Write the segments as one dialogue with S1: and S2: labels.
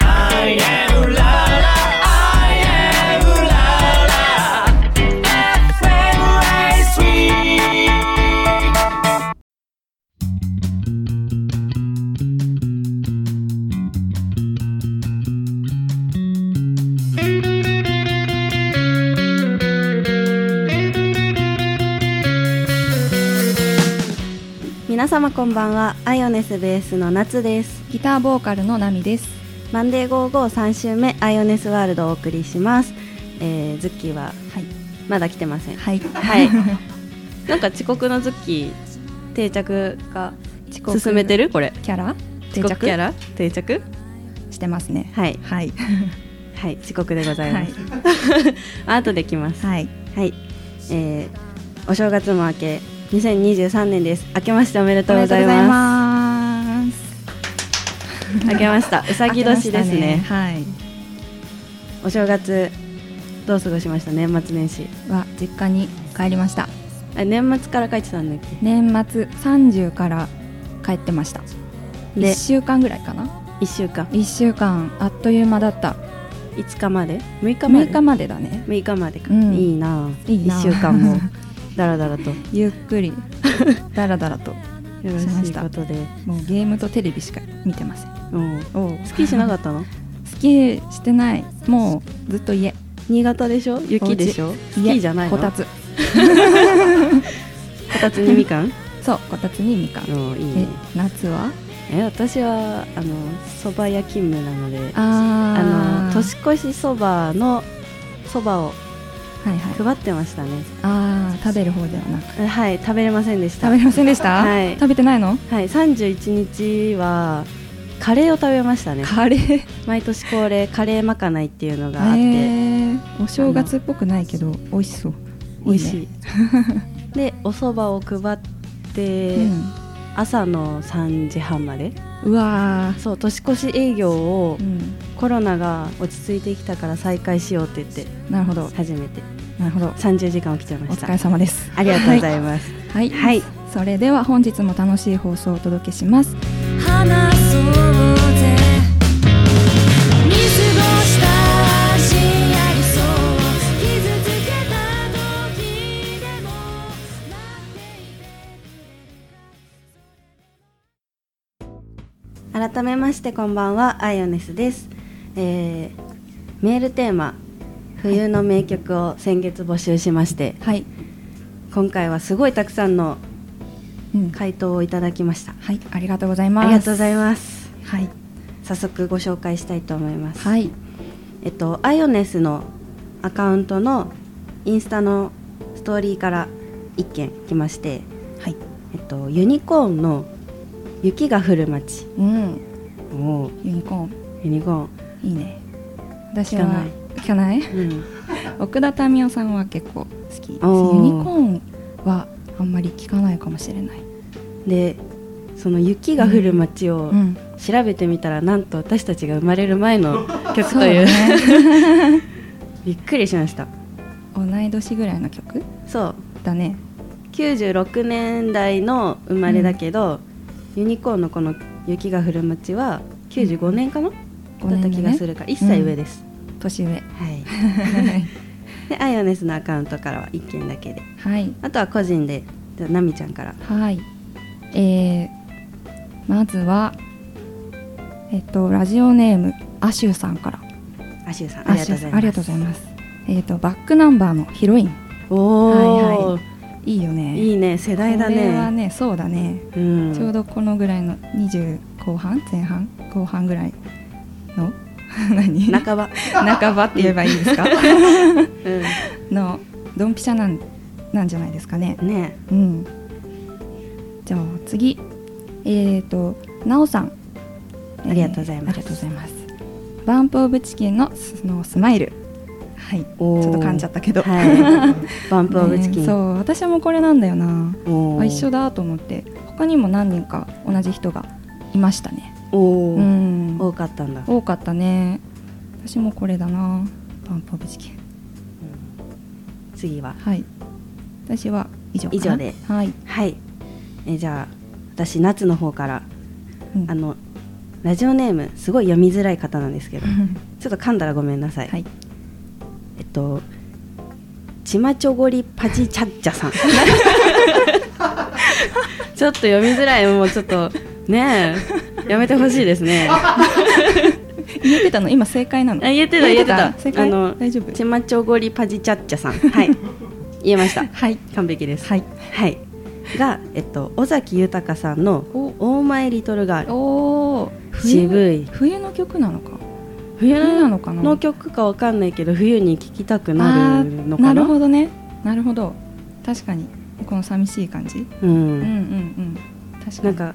S1: I am la la, I am la la. FM ライスウィーク
S2: 皆様こんばんはアイオネスベースの夏です
S3: ギターボーカルのナミです。
S2: マンデー553週目アイオネスワールドをお送りします、えー、ズッキーは
S3: はい。
S2: まだ来てません
S3: はい。
S2: はい なんか遅刻のズッキー定着が
S3: 遅刻
S2: 進めてるこれ
S3: キャラ定
S2: 遅刻
S3: 着
S2: キャラ定着
S3: してますね。
S2: はい
S3: はい。
S2: はい遅刻でございます、
S3: は
S2: あ後で来ます
S3: はい。
S2: はい、えー、お正月も明け2023年です明けましておめでとうございま
S3: ます。
S2: す明けましたうさぎ年ですね
S3: はい。
S2: お正月どう過ごしました年末年始
S3: は実家に帰りました。
S2: あ年末から帰ってたんだっ
S3: 年末30から帰ってました。
S2: けで
S3: 1週間ぐらいかな。
S2: 1週間
S3: 1週間あっという間だった。
S2: 5日まで6日ま
S3: 6
S2: で
S3: 日までだね。
S2: 6日までか、
S3: うん
S2: いいなあ
S3: いいなあ
S2: 1週間 もだらだらとよ
S3: ゆっくりだらだらと
S2: ろ
S3: しま
S2: し
S3: し
S2: い
S3: た
S2: ことで
S3: もうゲームとテレビしか見てません。
S2: うん
S3: おう
S2: スキーしなかったの
S3: スキーしてない。もうずっと家。
S2: 新潟でしょ雪でしょスキ
S3: 家
S2: ーじゃないの
S3: こたつ。
S2: こたつにみかん
S3: そう、こたつにみかん。
S2: うんいい
S3: え
S2: ね、
S3: 夏は
S2: え私はあのそば屋勤務なのであの
S3: あ
S2: 年越しそばのそばを
S3: はいはい。
S2: 配ってましたね
S3: ああ、食べる方ではなく。
S2: あはい食べれませんでした
S3: 食べませんでした、
S2: はい
S3: 食べてないの
S2: はい、31日はカレーを食べましたね
S3: カレー
S2: 毎年恒例カレーまかないっていうのがあって、
S3: えーお正月っぽくないけど、美味しそう。
S2: 美味しい
S3: いね。
S2: でお蕎麦を配って、朝の3時半まで
S3: うん、うわ
S2: そう年越し営業を
S3: ー、うん。
S2: コロナが落ち着いてきたから再開しようって言って
S3: なるほど。
S2: 初めて
S3: なるほど。
S2: 30時間起きちゃい
S3: お
S2: まし
S3: 疲
S2: た
S3: れ様です。
S2: ありがとうございます、
S3: はい。
S2: はい
S3: それでは本日も楽しい放送をお届けします。
S4: 話そうぜ見過ごしたしありそう傷つけた時でも
S2: 改めましてこんばんはアイオネスです、えーメールテーマ「冬の名曲」を先月募集しまして
S3: はい。
S2: 今回はすごいたくさんの
S3: うん。
S2: 回答をいただきました
S3: はい。ありがとうございます。
S2: ありがとうござい
S3: ま
S2: ます
S3: す。はい。
S2: 早速ご紹介したいと思います、
S3: はい。
S2: えっとアイオネスのアカウントのインスタのストーリーから1件来まして
S3: はい。
S2: えっとユニコーンの雪が降る街
S3: うん。
S2: おー
S3: ユニコーン。
S2: ユニコーン
S3: いいね。私
S2: 聞かな
S3: はい聞 かない。
S2: うん
S3: 奥田民生さんは結構好き。ユニ
S2: おー
S3: コーンはあんまり聞かないかもしれない。
S2: でその雪が降る街を
S3: うん。
S2: 調べてみたら、なんと私たちが生まれる前の曲という
S3: ね。
S2: びっくりしました
S3: 同い年ぐらいの曲
S2: そう
S3: だね。
S2: 96年代の生まれだけど、ユニコーンのこの「雪が降る街」は95年かな、
S3: 五
S2: だっ
S3: 年だ
S2: た
S3: ね
S2: 気がするから1歳上です、
S3: 年上。
S2: はい でアイオネスのアカウントからは1件だけで
S3: はい。
S2: あとは個人でじゃあナミちゃんから
S3: はい。えー、まずは。えっと、ラジオネームアシュさんから。
S2: アシューさんあ
S3: ア
S2: りが
S3: シ
S2: とう
S3: ュ
S2: ござい
S3: さん
S2: ます
S3: ありがとうございます。えっと、バックナンバーのヒロイン。
S2: おお、
S3: はいいいよね。
S2: い、いね世代だ
S3: これは
S2: ね
S3: ね、そうだね。
S2: うん、
S3: ちょうどこのぐらいの20後半前半後半ぐらいの 何
S2: 半ば、
S3: 半ばって言えばいいで すか
S2: う
S3: のドンピシャなんなんじゃないですかね
S2: ん、ね
S3: うんじゃあ次えっ、ー、となおさん
S2: ありがとうございます
S3: ありがとうございますバンプオブチキンのスのスマイルはいち
S2: お
S3: ょ
S2: ー
S3: っと噛んじゃったけど、
S2: はい、バンプオブチキン、
S3: ねそう私もこれなんだよな
S2: お
S3: あ
S2: ー
S3: 一緒だと思って他にも何人か同じ人がいましたね
S2: おー
S3: うん
S2: 多かったんだ
S3: 多かったね私もこれだなパンプオブチキン
S2: 次は
S3: はい私は以上かな
S2: 以上で
S3: はい、
S2: はいえじゃあ私夏の方から
S3: うん
S2: あのラジオネームすごい読みづらい方なんですけどちょっと噛んだらごめんなさい、
S3: はい。
S2: えっとちまちょごりパチチャッチャ さんちょっと読みづらいもうちょっとねえやめてほしいですね
S3: 言えてたの今正解なの。
S2: あ言えてた言えてた
S3: 正解。
S2: あの
S3: 大丈夫。
S2: ちまちょごりパチチャッチャさんはい言えました
S3: はい。
S2: 完璧です
S3: はい。
S2: はいが、えっと、尾崎豊さんの
S3: お
S2: 「オーマイ・リトル・ガール
S3: おお。
S2: 渋い
S3: 冬の曲なのか。」冬
S2: 冬
S3: なのかな。
S2: の曲かわかんないけど冬に聴きたくなるの
S3: あー
S2: かな
S3: るほどね。なるほど。確かにこの寂しい感じ。
S2: う
S3: うんうん
S2: ん、
S3: うん。確かに。
S2: なんか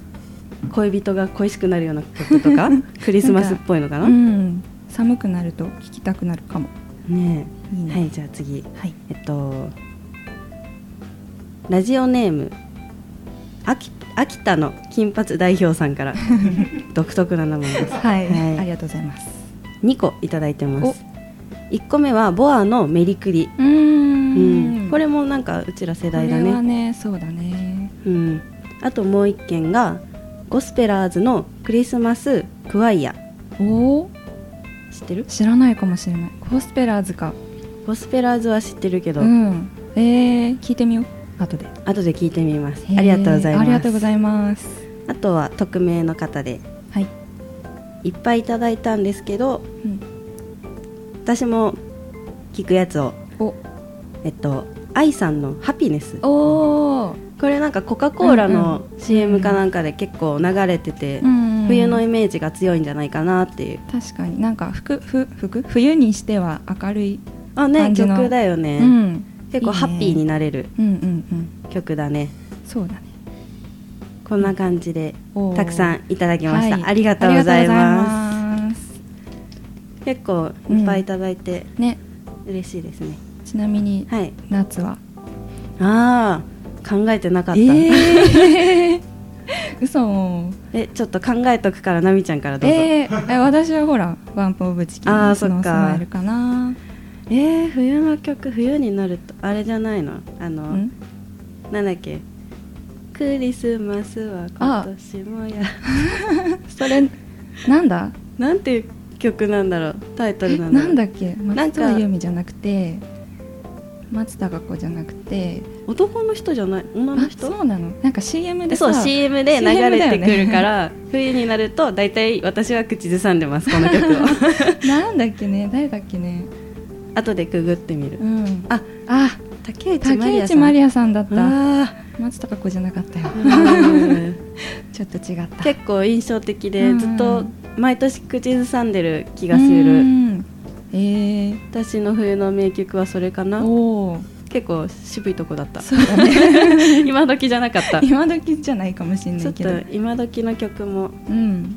S2: 恋人が恋しくなるような曲と かクリスマスっぽいのかな
S3: うん。寒くなると聞きたくなるかも。
S2: ね
S3: いい
S2: え
S3: ね。
S2: はいじゃあ次
S3: はい。
S2: えっとラジオネーム秋秋田の金髪代表さんから 独特な名前です
S3: はい。
S2: はい
S3: ありがとうございます。
S2: 2個いただいてます1個目はボアのメリクリ
S3: うーん
S2: うんこれもなんかうちら世
S3: こ
S2: 代だ
S3: れは
S2: ね
S3: ねそうだね
S2: うん、あともう一件がゴスペラーズのクリスマスクワイア
S3: おお
S2: 知ってる
S3: 知らないかもしれないゴスペラーズか
S2: ゴスペラーズは知ってるけど、
S3: うんえー、聞いてみよう後で
S2: 後で聞いてみますありがとうござい
S3: へー
S2: ま
S3: あ
S2: す
S3: りがとうございます
S2: あとは匿名の方で
S3: はい、
S2: いっぱいいただいたんですけど
S3: うん、
S2: 私も聞くやつを
S3: お
S2: えっと愛さんの「ハピネス」
S3: おー
S2: これなんかコカ・コーラの
S3: うんうん
S2: CM かなんかで結構流れてて、
S3: うん
S2: 冬のイメージが強いんじゃないかなっていう
S3: 確かになんか服ふ服冬にしては明るい、
S2: あね
S3: 感じの
S2: 曲だよね、
S3: うん
S2: 結構ハッピーになれる
S3: うんうんうん
S2: 曲だね
S3: そうだね
S2: こんな感じで
S3: おー
S2: たくさんいただきました、
S3: はい
S2: ありがとうございま
S3: ありがとうございます
S2: す結構いっぱいいただいて
S3: ね
S2: 嬉しいですね、
S3: ちなみに、
S2: はい
S3: 夏は
S2: ああ考えてなかった、
S3: えー、嘘
S2: えちょっと考えとくからなみちゃんからどうぞ、
S3: えー、え私はほらワンポオブチキン
S2: あー
S3: のス
S2: そっか
S3: マイルかな
S2: えー冬の曲冬になるとあれじゃないのあの
S3: うん
S2: なんだっけクリスマスは今年もや
S3: それなんだ
S2: なんていう曲なんだろうタイトルなんだ
S3: な
S2: ろうん
S3: だっけ
S2: なん
S3: 松
S2: か
S3: 田由美じゃなくて松たか子じゃなくて
S2: 男の人じゃない女の
S3: あ
S2: 人
S3: そうなのなんか CM で
S2: そ
S3: さ
S2: う CM で流
S3: CM
S2: れてくるか
S3: だよ
S2: ら、冬になると大体私は口ずさんでますこの曲を
S3: ね なんだっけね誰だっけね
S2: 後でくぐってみる
S3: うん
S2: あ
S3: あ
S2: 竹内まり
S3: 竹
S2: やさ
S3: 内
S2: ん
S3: まりやさんだった
S2: あ
S3: 松たか子じゃなかったよ
S2: ー
S3: ちょっと違った
S2: 結構印象的で
S3: うん
S2: ずっと毎年口ずさんでる気がする
S3: うんえー、
S2: 私の冬の名曲はそれかな
S3: おお
S2: 結構渋いとこだった
S3: そうだね
S2: 今時じゃなか ったち
S3: 今時じゃないかもしれな
S2: ょっ
S3: いけ
S2: と
S3: ど
S2: 今時の曲も
S3: うん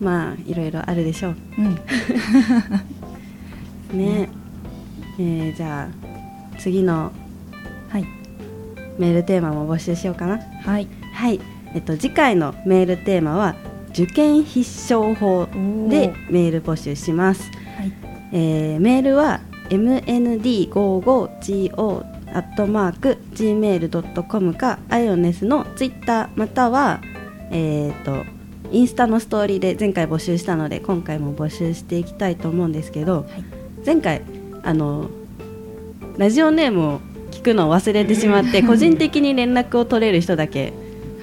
S2: まあいろいろあるでしょう
S3: うん
S2: ね、えーじゃあ次の
S3: はい
S2: メールテーマも募集しようかな
S3: はい
S2: はい、えっと、次回のメールテーマは受験必勝法でメール募集します、
S3: はい
S2: えーメールは mnd55go アットマーク gmail.com かアイオネスのツイッターまたはえーとインスタのストーリーで前回募集したので今回も募集していきたいと思うんですけど、
S3: はい
S2: 前回あのラジオネームを聞くのを忘れてしま って個人的に連絡を取れる人だけ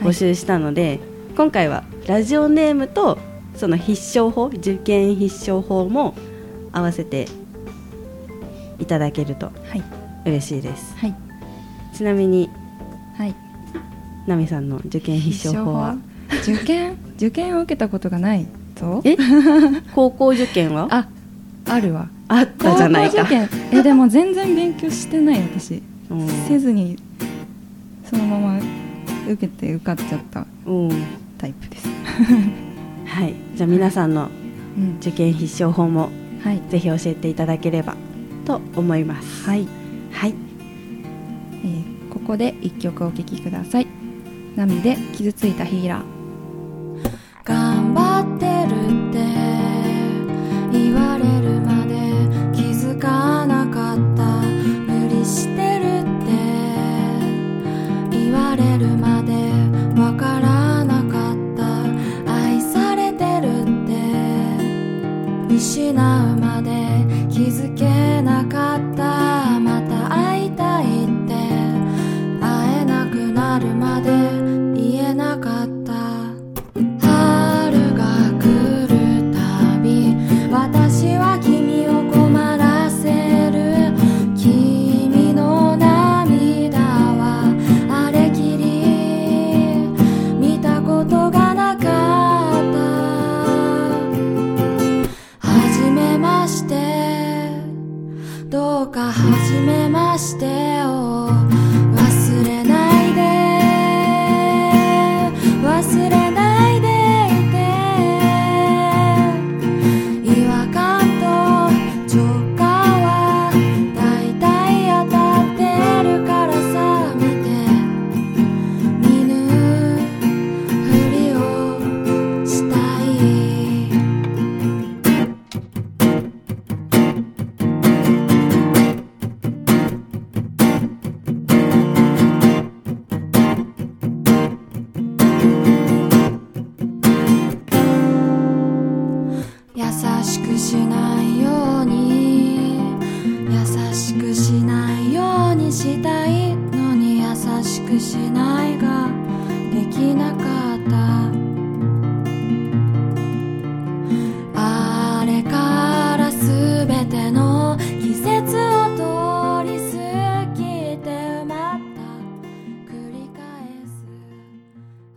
S2: 募集したので、今回はラジオネームとその必勝法受験必勝法も合わせていただけると
S3: はい
S2: 嬉しいです
S3: はい
S2: ちなみに
S3: はい
S2: ナミさんの受験必勝法は
S3: 必勝法受 験受験を受けたことがないぞ
S2: え高校受験はあ
S3: ああるわ
S2: ったじゃないか
S3: 高校受験えでも全然勉強してない私
S2: うん
S3: せずにそのまま受けて受かっちゃった
S2: うん
S3: タイプです
S2: はいじゃあ皆さんの
S3: うん
S2: 受験必勝法も
S3: はい
S2: ぜひ教えていただければと思います。
S3: はい、
S2: はい、
S3: えーここで一曲お聴きください「ナミで傷ついたヒーラー」
S4: 頑張ってるって言われるまで気づかなかった無理してるって言われるまでわからなかった愛されてるっ失うまで気づけなかったまた会いたいって会えなくなるまで言えなかった春が来るたび私は君を困らせる君の涙はあれきり見たことがなかったはじめましてどうかはじめましてを忘れないで忘れないでいて違和感と直感は大体当たってるからさ見て見ぬふりをしたい優しくしないように優しくしないようにしたいのに優しくしないができなかったあれからすべての季節を通り過ぎてまた繰り返す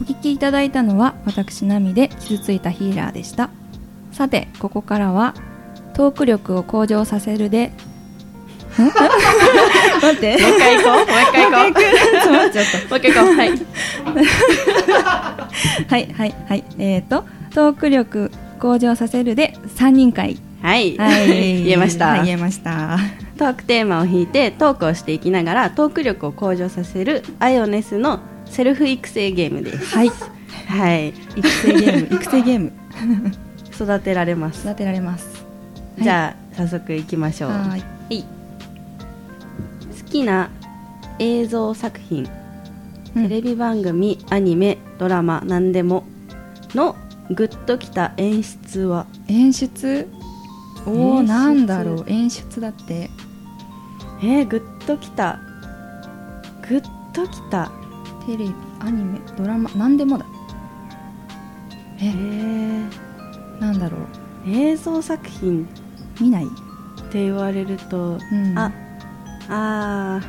S3: お聞きいただいたのは私ナミで傷ついたヒーラーでしたさてここからはトーク力を向上させるで
S2: 待って
S5: もう一回行こう。もう一回 行こ
S3: ちょっと待ってちょっ
S5: う。もう一回行こう。はい。
S3: とはいはいはいえっ、とトーク力向上させるで3人会
S2: はい、
S3: はい
S2: 言えました、
S3: はい、言えました
S2: トークテーマを引いてトークをしていきながらトーク力を向上させるアイオネスのセルフ育成ゲームです
S3: はい
S2: はい
S3: 育成ゲー ム育成ゲーム
S2: 育てられます
S3: 育てられます
S2: じゃあ早速いきましょう
S3: はい
S2: はい好きな映像作品テレビ番組、アニメドラマ何でものグッときた演出は
S3: 演出おお
S2: 演出
S3: なんだろう演出だって
S2: えー、グッときたグッときた
S3: テレビアニメドラマ何でもだ
S2: え
S3: え
S2: ー、
S3: なんだろう
S2: 映像作品っ
S3: 見ない、
S2: て言われると
S3: うん、
S2: ああ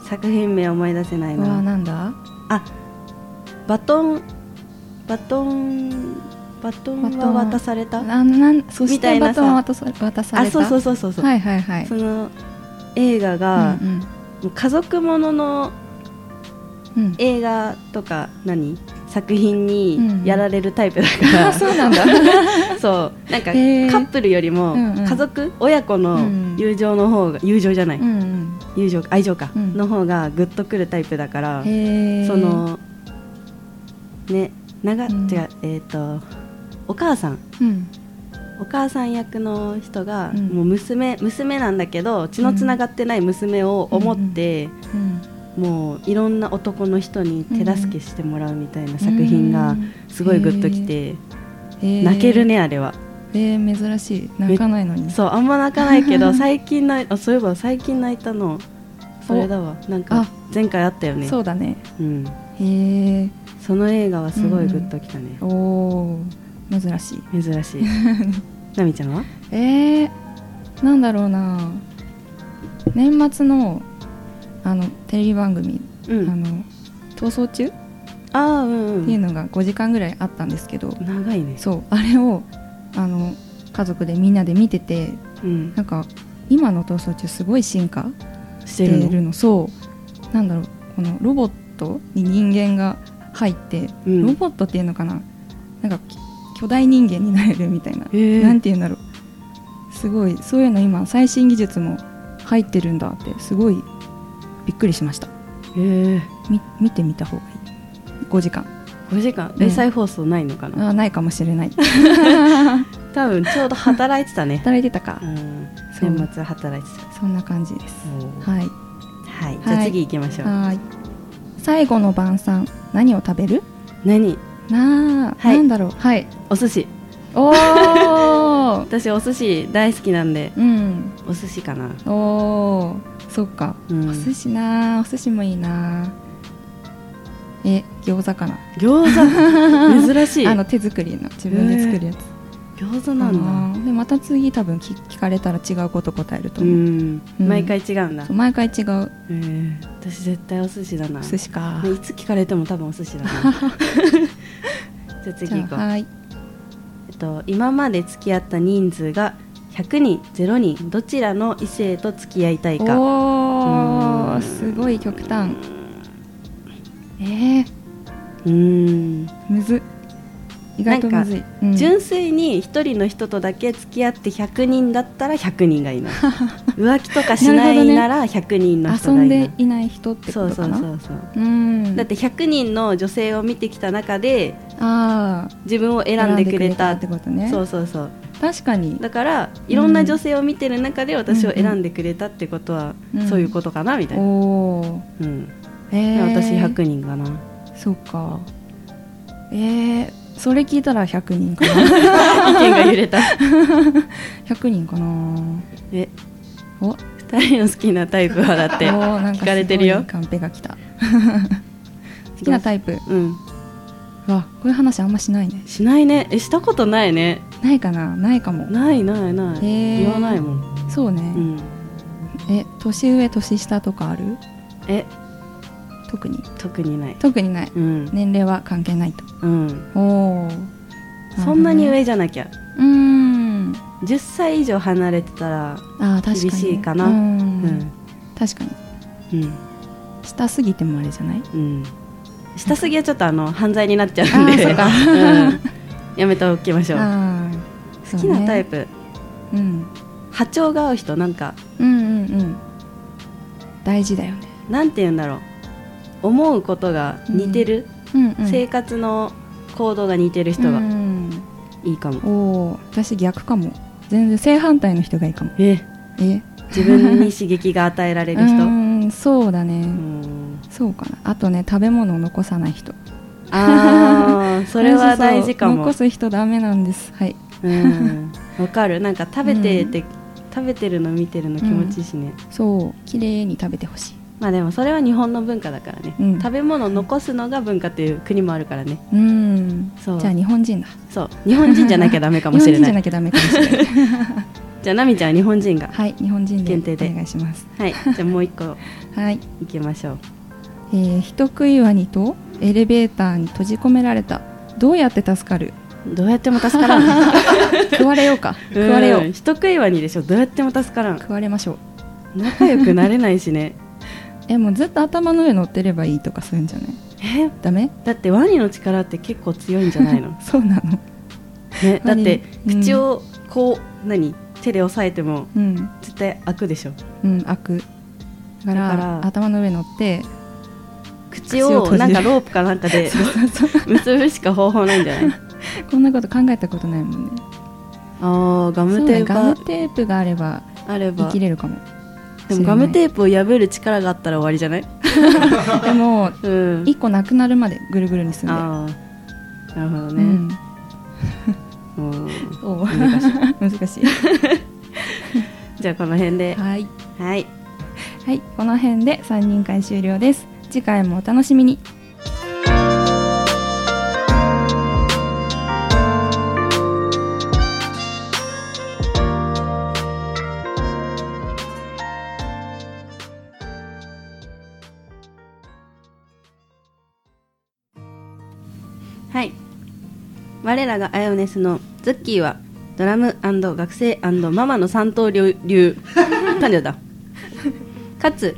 S2: ー作品名思い出せないう
S3: わ
S2: な
S3: なんだ
S2: あバトンバトンバトン
S3: バト
S2: は
S3: ン
S2: 渡された
S3: なんなんそし
S2: みた
S3: て
S2: い
S3: バ
S2: な
S3: ト
S2: さ
S3: ンは渡さ渡され
S2: あ
S3: た
S2: そうそううそうそうそう、
S3: はいはいはい
S2: その映画が、
S3: うん
S2: もう家族ものの
S3: うんうん、
S2: 映画とか何作品
S3: うん
S2: にやられるタイプだか
S3: あ
S2: ら、
S3: そうなんだ う
S2: そうなんかカ
S3: へー
S2: ップルよりも
S3: うんうん
S2: 家族、親子の友情の方が友情じゃない、
S3: ん
S2: 友情愛情か、
S3: うん
S2: の方がグッとくるタイプだから
S3: うんへえ
S2: そのね長、
S3: うん
S2: 違うえっ、とお母さん
S3: うん
S2: お母さん役の人が、
S3: うん
S2: もう娘娘なんだけど血のつながってない娘を思って、
S3: うん
S2: もういろんな男の人に手助けしてもらうみたいな作品がすごいグッときて、
S3: うん
S2: 泣けるねあれは
S3: えー、珍しい泣かないのに
S2: そうあんま泣かないけ ど最近ないあそういえば最近泣いたのそれだわなんか
S3: あ
S2: 前回あったよね
S3: そうだね
S2: うん、
S3: へえ
S2: その映画はすごいグッときたね、
S3: おおー珍しい
S2: 珍しい なみちゃんは
S3: えー、なんだろうな年末のあのテレビ番組
S2: う
S3: あ
S2: ん
S3: の逃走中っ
S2: ああうん
S3: ていううんのが5時間ぐらいあったんですけど、
S2: 長いね
S3: そうあれをあの家族でみんなで見てて
S2: うん
S3: なんか今の逃走中すごい進化
S2: し
S3: して
S2: てるの
S3: るのそうなんだろうこのロボットに人間が入って、
S2: うん
S3: ロボットっていうのかななんかき巨大人間になれるみたいな、
S2: へー
S3: なんて言うんだろうすごいそういうの今最新技術も入ってるんだってすごいびっくりしました
S2: ええ
S3: み見てみた方がいい5時間
S2: 5時間
S3: うん
S2: 連載放送ないのかな、
S3: あないかもしれない
S2: 多分ちょうど働いてたね、
S3: 働いてたか
S2: うん、
S3: そう
S2: 年末働いてた
S3: そんな感じです
S2: は
S3: はい
S2: い、じゃあ次行きましょう、
S3: はい最後の晩餐何を食べる
S2: 何
S3: なあ、
S2: はい
S3: なんだろうはい
S2: お寿司
S3: お ー
S2: 私お寿司大好きなんで
S3: うん
S2: お寿司かな
S3: おーそっか、
S2: うん
S3: お寿司なあお寿司もいいなあえ餃子かな
S2: 餃子珍しい
S3: あの手作りの自分で作るやつ
S2: 餃子
S3: か
S2: なんだ
S3: なでまた次多分聞聞かれたら違うこと答えると
S2: う
S3: 思う、
S2: ん
S3: うん
S2: 毎回違うんだ
S3: そう毎回違う
S2: えー私絶対お寿司だな
S3: お寿司か
S2: ねいつ聞かれても多分お寿司だな じゃあ次行
S3: じ
S2: こ
S3: ゃ
S2: う
S3: あはい
S2: えっと、今まで付き合った人数が100人0人どちらの異性と付き合いたいか
S3: お
S2: う
S3: お
S2: ん
S3: すごい極端えー、
S2: うーん
S3: むずっ意外とむずい、うん
S2: 純粋に1人の人とだけ付き合って100人だったら100人がいいな 浮気とかしな
S3: なるほど
S2: い
S3: ね
S2: なら100人の
S3: 遊
S2: 人がい
S3: ん
S2: いな
S3: でいない人って
S2: そ
S3: こ
S2: う
S3: と
S2: そ
S3: か
S2: う
S3: な
S2: そうそう
S3: うん
S2: だって100人の女性を見てきた中で
S3: ああ
S2: 自分を選んでくれた
S3: ってことね
S2: そうそうそう
S3: 確かに
S2: だからいろんな女性を見てる中で私を選んでくれたってことは、
S3: うん
S2: そういうことかなみたい
S3: お
S2: な、
S3: お
S2: うん
S3: ーえー、
S2: 私100人かな
S3: そうかえー、それ聞いたら100人か な
S2: 意見が揺れた
S3: 100人かな
S2: え
S3: おお
S2: 2人の好きなタイプはだって
S3: ーなんかすごい
S2: 聞かれてるよ
S3: カンペが来た 好きなタイプ
S2: うん
S3: わこういう話あんましないね
S2: しないねえしたことないね
S3: ないかなないかも
S2: ないないない
S3: へー
S2: 言わないもん、
S3: そうね、
S2: うん、
S3: え年上年下とかある
S2: え
S3: 特に
S2: 特にない
S3: 特にない
S2: うん、
S3: 年齢は関係ないと
S2: うん、
S3: おお
S2: そんなに上じゃなきゃ
S3: うーん
S2: 10歳以上離れてたら
S3: あー確かに
S2: 厳しいかな
S3: うー
S2: うんん
S3: 確かに
S2: うん
S3: 下すぎてもあれじゃない
S2: うん下すぎはちょっとあの犯罪になっちゃうんで
S3: あーそうか
S2: うん、やめておきましょう
S3: あー
S2: 好
S3: そう
S2: き
S3: ね
S2: なタイプ、
S3: うん
S2: 波長が合う人なんか
S3: うんうんうん大事だよね
S2: なんて言うんだろう思うことが似てる、
S3: うんうん
S2: 生活の行動が似てる人が
S3: うん
S2: いいかも、
S3: おお私逆かも全然正反対の人がいいかも
S2: え
S3: え
S2: 自分に刺激が与えられる人
S3: うーんそうだね、
S2: うん
S3: そうかなあとね食べ物を残さない人
S2: あ ーそれは大事かも
S3: そうそう残す人ダメなんですはい
S2: うんわかるなんか食べてて、食べてるの見てるの気持ちいいしね、
S3: そう綺麗に食べてほしい
S2: まあでもそれは日本の文化だからね、
S3: うん
S2: 食べ物を残すのが文化っていう国もあるからね
S3: うん
S2: そう
S3: じゃあ日本人だ
S2: そう日本人じゃなきゃダメかもしれ
S3: 日本人
S2: な
S3: じゃ
S2: い
S3: なきゃダメかもしれない
S2: じゃあ奈美ちゃんは日本人が
S3: はい日本人で
S2: 限定で
S3: お願いします
S2: はいじゃあもう一個
S3: はい、
S2: いきましょう
S3: えー、人食いワニとエレベーターに閉じ込められたどうやって助かる
S2: どうやっても助から ん
S3: 食われよ うか食われ
S2: う
S3: よ
S2: ん
S3: う
S2: 人食いワニでしょどうやっても助からん
S3: 食われましょう
S2: 仲良くなれないしね
S3: えもうずっと頭の上乗ってればいいとかするんじゃない
S2: え
S3: ダメ
S2: だってワニの力って結構強いんじゃない の
S3: そうなの
S2: ねだって
S3: ワニ
S2: 口をこう何手で押さえても
S3: うん
S2: 絶対開くでしょ
S3: うん開くだから
S2: だから
S3: 頭の上乗って
S2: 口
S3: 口を
S2: を
S3: 閉じる
S2: なんかロープかなんか で結ぶしか方法ないんじゃない
S3: こんなこと考えたことないもんね
S2: ああガ
S3: そう
S2: ム
S3: だ
S2: テープ
S3: ねガ
S2: が
S3: ムテープがあれば
S2: あれ
S3: 生
S2: ば
S3: きれるかも
S2: でもガムテープを破る力があったら終わりじゃない
S3: ープでも
S2: うん
S3: 1個なくなるまでぐるぐるにすんで
S2: ああなるほど
S3: う
S2: ね、
S3: ん
S2: うん、
S3: おう
S2: 難しい
S3: 難し
S2: じゃあこの辺
S3: い
S2: で
S3: はい、
S2: はい
S3: はい、この辺で3人会終了です次回もお楽しみに
S2: はい我らがアイオネスのズッキーはドラム学生ママの三刀流流誕生 だかつ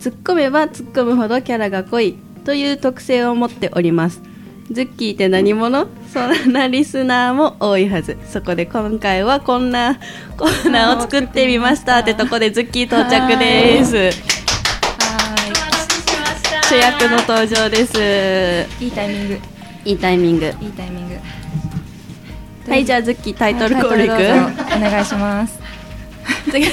S2: 突っ込めば突っ込むほどキャラが濃いという特性を持っておりますズッキーって何者そんなリスナーも多いはずそこで今回はこんなコーナーを作ってみましたってとこでズッキー到着です主役の登場です
S3: いいタイミング
S2: いいタイミング
S3: いいタイミング
S2: はいじゃあズッキータイトルコールい
S3: はいタイ
S2: く
S3: トルどうぞお願い します
S2: 次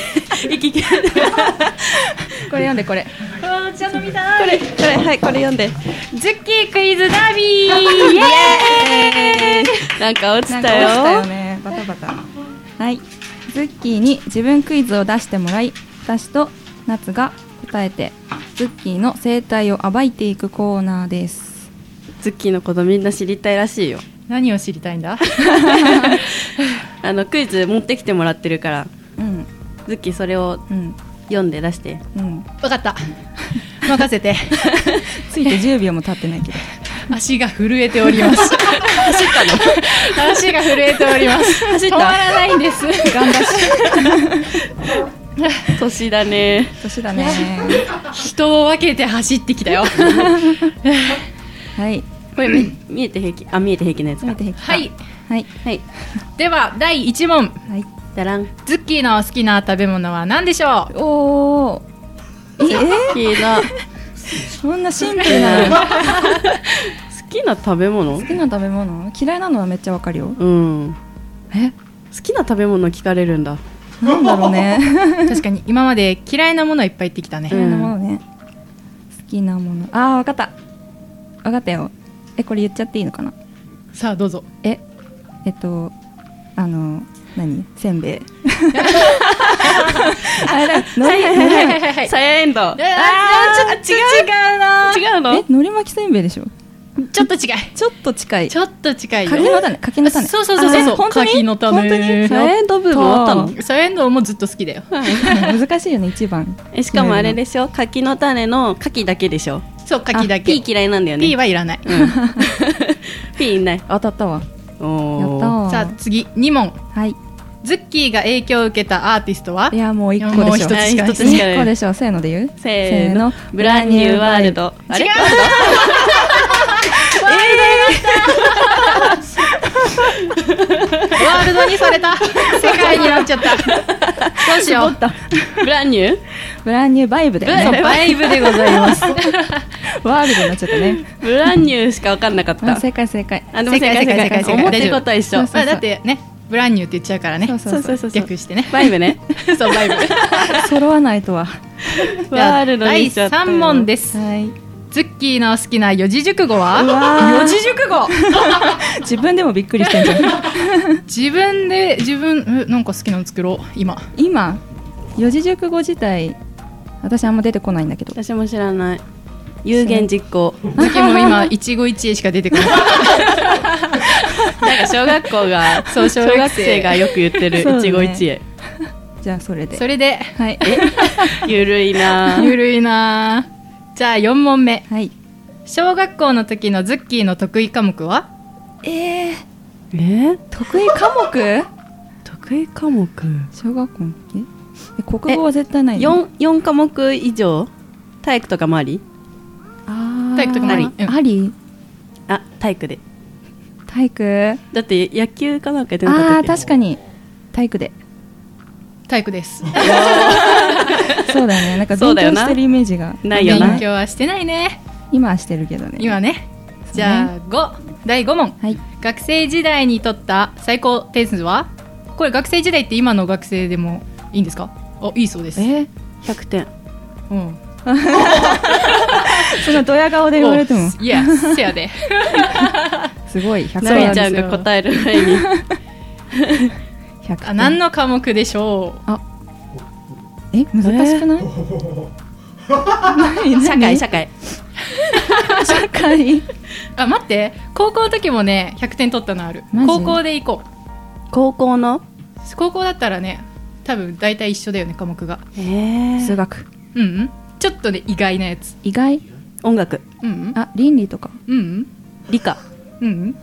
S2: 息切れ
S3: これ読んでこれ
S2: うわ
S5: あーお茶飲みたい
S2: これこれはいこれ読んで
S5: ズッキークイズダ ービーイエーイ
S2: なんか落
S3: な
S2: ちた
S3: んか落ちたよ
S2: よ
S3: ねバタバタはいズッキーに自分クイズを出してもらい私と夏が答えてズッキーの生態を暴いていくコーナーです
S2: ズッキーのことみんな知りたいらしい よ
S6: 何を知りたいんだ
S2: あのクイズ持ってきてもらってるから
S3: うん
S2: ズッキーそれを
S3: うん
S2: 読んで出して
S3: うん
S6: 分か った任せて
S3: ついて10秒も経ってないけど
S6: 足が震えております走ったの足が震えております
S2: 走った
S6: 止まらないんです頑張し
S2: 年だね
S3: 年だね
S6: 人を分けて走ってきたよ
S3: はい
S2: これ見見えて平気あ見えて平気なやつ
S3: 詰
S2: か
S3: めていきた
S6: はい
S3: はい
S2: はい
S6: では第1問
S3: はい
S2: だらん
S6: ズッキーの好きな食べ物は何でしょう
S3: おー
S2: 好きな
S3: そんなシンプルなの
S2: 好きな食べ物
S3: 好きな食べ物嫌いなのはめっちゃわかるよ
S2: うん
S3: え
S2: 好きな食べ物聞かれるんだ
S3: なんだろうね
S6: 確かに今まで嫌いなものいっぱい言ってきたね、
S2: うん
S3: 嫌いなものね好きなものあーわかったわかったよえこれ言っちゃっていいのかな
S6: さあどうぞ
S3: ええっとあの何せんべいあれだ
S2: はいはい
S3: のり
S2: はいはいはいサヤエンドウ
S6: あーちょっと違うな
S2: 違う
S3: え
S2: の
S3: のり巻きせんべいでしょ
S6: ちょっと違う
S3: ちょっと近い
S6: ちょっと近いよ
S3: 柿の種柿の種
S6: そうそうそうそう
S3: あ
S6: そう
S3: 本当に
S6: 柿の種
S3: 本当に
S2: サヤエンドウブームあったの
S6: サヤエンドウもずっと好きだよ
S3: 難しいよね一番
S2: えしかもあれでしょ柿の種の柿だけでしょ
S6: そう柿だけ
S2: あ P 嫌いなんだよね
S6: P はいらない、
S2: ピーない
S3: 当たったわや
S2: お
S3: ったわ
S6: さあ次2問
S3: はい
S6: ズッキーが影響を受けたアーティストはい
S3: やもう一個
S6: もう
S3: でし
S6: 一
S3: ょ
S6: つしか
S2: 一つ
S6: ない
S2: し
S3: 一個でしょせーので言う
S2: せーのブランニューワールドあれ
S6: 違う ワールドにされた世界になっちゃったどうしよう
S2: ブランニュー
S3: ブランニューバイブだよ
S6: そう
S3: ね
S6: バイブでございます
S3: ワールドになっちゃった ね
S2: ブランニューしか分かんなかった
S3: あ正解正解
S2: あでも正解正解正解思ってることは一緒
S3: そう
S6: まあだってねブランニューって言っちゃうからね
S3: そうそうそう
S2: そうそう
S6: 略してね
S2: バイブね
S6: そう バイブ
S3: 揃わないとは
S2: ワールド
S6: 第
S2: にしちゃったよ
S6: 3問です
S3: はい
S6: ズッキーの好きな四字熟語は
S3: わー
S6: 字熟語
S3: 自分でもびっくりしてんじゃん
S6: 自分で自分えなんか好きなの作ろう今
S3: 今四字熟語自体私あんま出てこないんだけど
S2: 私も知らない有言実行
S6: ズッキーも今一期一会しか出てこない
S2: なんか小学校が
S6: そう小学生
S2: 学生がよく言ってる
S3: そうね
S2: 一期一
S3: じゃあそれ で
S6: それで
S3: はい
S2: 会 ゆるいな
S6: ゆるいなぁじゃあ4問目
S3: はい
S6: 小学校の時のズッキーの得意科目は
S3: えー、
S2: え
S3: 得意科目
S2: 得意科目
S3: 小学校の時え国語は絶対ないの
S2: 四四科目以上体育とかもあり
S3: あー
S6: 体育とかもありうん
S3: あり
S2: あ体育で
S3: 体育
S2: だって野球かなんかやってなかった
S3: あ
S2: っ
S3: あ
S2: け
S3: 確かに体育で
S6: 体育です
S3: そうだよねなんか
S2: そうだ
S3: 勉
S2: よ
S3: 強
S2: な
S3: してるイメージが
S2: ないよな
S6: 勉強はしてないね
S3: 今はしてるけどね
S6: 今ねじゃあ5第5問
S3: はい
S6: 学生時代に取った最高点数はこれ学生時代って今の学生でもいいんですかあいいそうです、
S3: え
S2: 100点
S6: うん、
S3: そのドヤ顔で言われても
S6: いやせやです
S3: ごい100
S2: な
S6: そう
S2: み
S6: なん
S2: ち
S6: で
S2: ゃ
S6: す
S2: ん
S6: よ
S2: が答える前に
S3: 100
S6: あ何の科目でしょ
S3: え難しくない、 何
S2: 社会社会
S3: 社会
S6: うあ待って高校の時もね100点取ったのある
S3: マジ
S6: 高校で行こ
S2: 高校の
S6: う高校だったらね多分大体一緒だよね科目が
S2: え
S3: 数
S2: ー、
S3: 学
S6: うんうんちょっとね意外なやつ
S3: 意外
S2: 音楽
S6: うんうん
S3: あ倫理とか
S6: うん
S2: 理科、
S6: うんうん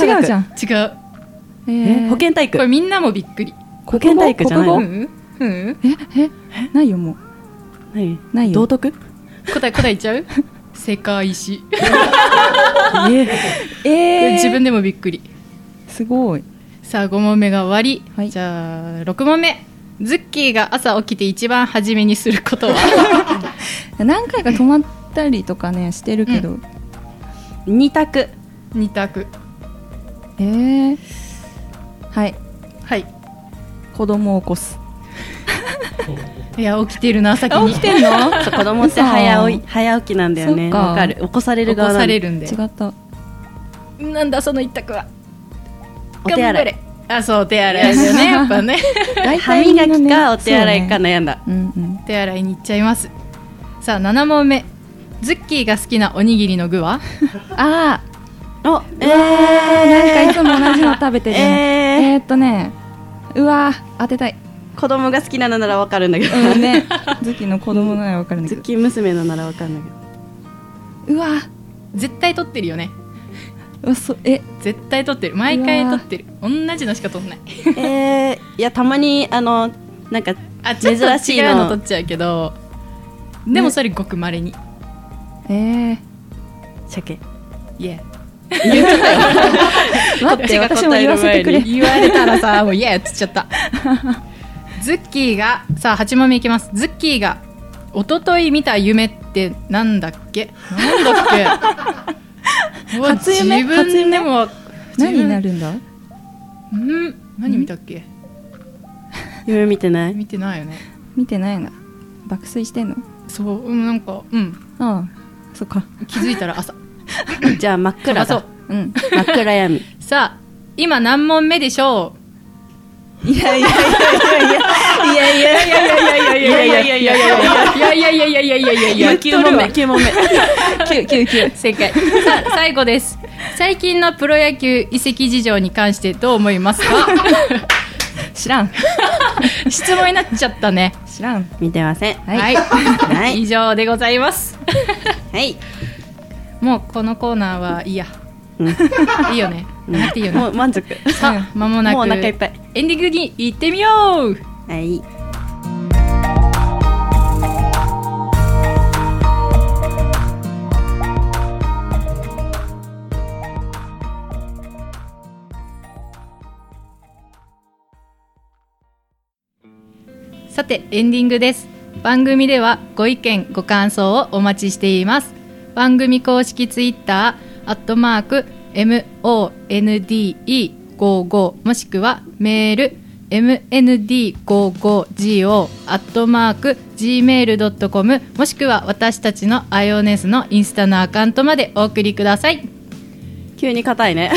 S3: 違うじゃん、
S6: 違う
S3: え
S2: 保健体
S6: こ
S2: 育
S6: れみんなもびっくり
S2: 保健体育じゃない
S6: うんう
S2: の
S6: んうん
S3: ええないよもう
S2: 何
S3: ないよ
S2: 道徳
S6: 答え答え言っち ゃう世界史
S3: え
S6: 自分でもびっくり
S3: すごい
S6: さあ5問目が終わり、
S3: はい
S6: じゃあ6問目ズッキーが朝起きて一番初めにすることは
S3: 何回か泊まったりとかねしてるけど、
S2: 二択
S6: 二択
S3: えー、はい
S6: はい
S3: 子供を起こす
S6: いや起きてるな先に
S3: 起きてんの
S2: そう子供って
S3: 嘘
S2: 早起き早起きなんだよ
S3: そっ
S2: ね
S3: か
S2: わかる起こされる
S6: 起
S2: 側
S6: こ
S2: なの
S6: されるんで
S3: 違った
S6: なんだその一択は
S2: お手洗い
S6: あそうお手洗いだ よねやっぱね
S3: 大
S2: 歯
S3: 体みんな
S2: 磨
S3: ね
S2: きかお手洗いか
S3: そうね
S2: 悩んだ、
S3: うんうん
S6: お手洗いに行っちゃいますさあ7問目ズッキーが好きなおにぎりの具は
S3: あ
S2: おえ
S3: ーなん
S2: ー、
S3: かいつも同じの食べてるね
S2: えー
S3: えーっとねうわー当てたい
S2: 子供が好きなのならわかるんだけど、
S3: う んねズッキーの子供ならわかるんだ
S2: ズ
S3: けど
S2: ッキー娘のならわかるんだ
S3: うわ
S6: 絶対取ってるよね
S3: ーうわそえ
S6: 絶対取ってる毎回取ってる同じのしか取んない
S2: けどえー、いやたまにあのなんか
S6: あちょっと
S2: 珍しい
S6: 違うの
S2: の
S6: 取っちゃうけどでもそれごくまれに
S3: えー
S2: 鮭
S6: イエ
S3: 待って
S2: こっちが答える前に
S3: 私も言わせてくれ
S6: 言われたらさもうイエーっつっちゃったズッキーがさあ8問目いきますズッキーが一昨日見た夢ってなんだっけなんだっけうわ
S3: 初夢
S6: 自分でも
S3: 何にな
S6: る
S3: るんだ
S6: うん何見たっけ
S2: 夢見てない
S6: 見てないよね
S3: 見てないな爆睡してんの
S6: そううんなんかうん
S3: ああそっか
S6: 気づいたら朝
S2: じゃあ真っ暗
S6: あそ
S2: だ
S6: う
S3: うん
S2: 真っ暗闇
S6: さあ今何問目でしょう
S3: いやい
S2: いや
S3: や
S2: いやいや
S6: いやいやいやいやいやいやいやいやいやいやいやいやいや
S2: 9問目9問目
S3: 九九九
S6: 正解さあ最後です最近のプロ野球移籍事情に関してどう思いま すか
S3: 知らん
S6: 質問になっちゃったね
S3: 知らん
S2: 見てません
S3: はい
S6: はい、
S2: はい
S6: 以上でございます
S2: はい
S6: もうこのコーナーはいいや
S2: うん
S6: いいよねなくていいよ
S2: も
S6: ね
S2: う満足
S6: さあ間もなく
S2: もうお腹いっぱい
S6: エンディングに行ってみよう
S2: はい
S6: さてエンディングです番組ではご意見ご感想をお待ちしています番組公式ツイッターアットマーク MONDE55 もしくはメール MND55GO アットマーク Gmail.com もしくは私たちの IONS のインスタのアカウントまでお送りください
S2: 急に硬いね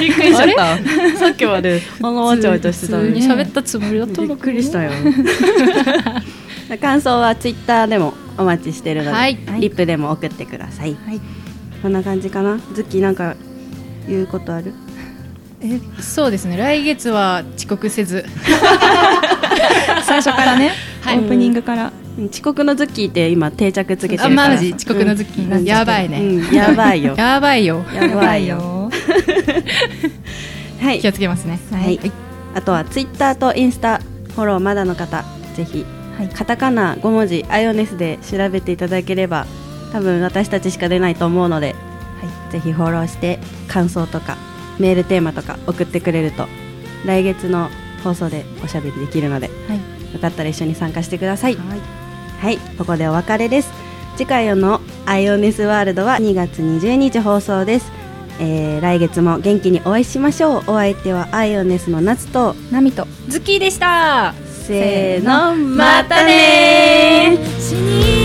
S6: びっくり
S2: あれ さっきまであのわちゃわちゃしてたのに
S6: 喋ったつもりだったの
S2: びっくりしたよ 感想はツイッターでもお待ちしてるので、
S6: はい
S2: リップでも送ってください、
S3: はい
S2: こんな感じかなズッキーなんか言うことある
S3: え
S6: そうですね来月は遅刻せず
S3: 最初からねオ
S6: はい
S3: ープニングから
S2: 遅刻のズッキーって今定着つけてるか
S6: あ
S2: ら
S6: マジ遅刻の時、
S3: うんうん
S6: やばいね、
S2: うん、やばいよ
S6: やばいよ
S2: やばいよはい
S6: 気をつけますね
S2: はいあとはツイッターとインスタフォローまだの方ぜひ
S3: はい
S2: カタカナ5文字アイオネスで調べていただければ多分私たちしか出ないと思うので、ぜひフォローして感想とかメールテーマとか送ってくれると来月の放送でおしゃべりできるので、よかったら一緒に参加してくださいはい、ここでお別れです次回のアイオネスワールドは2月20日放送です、えー来月も元気にお会いしましょうお相手はアイオネスの夏と
S3: ナミと
S6: ズッキーでした
S2: せーの
S6: またねー
S4: 死に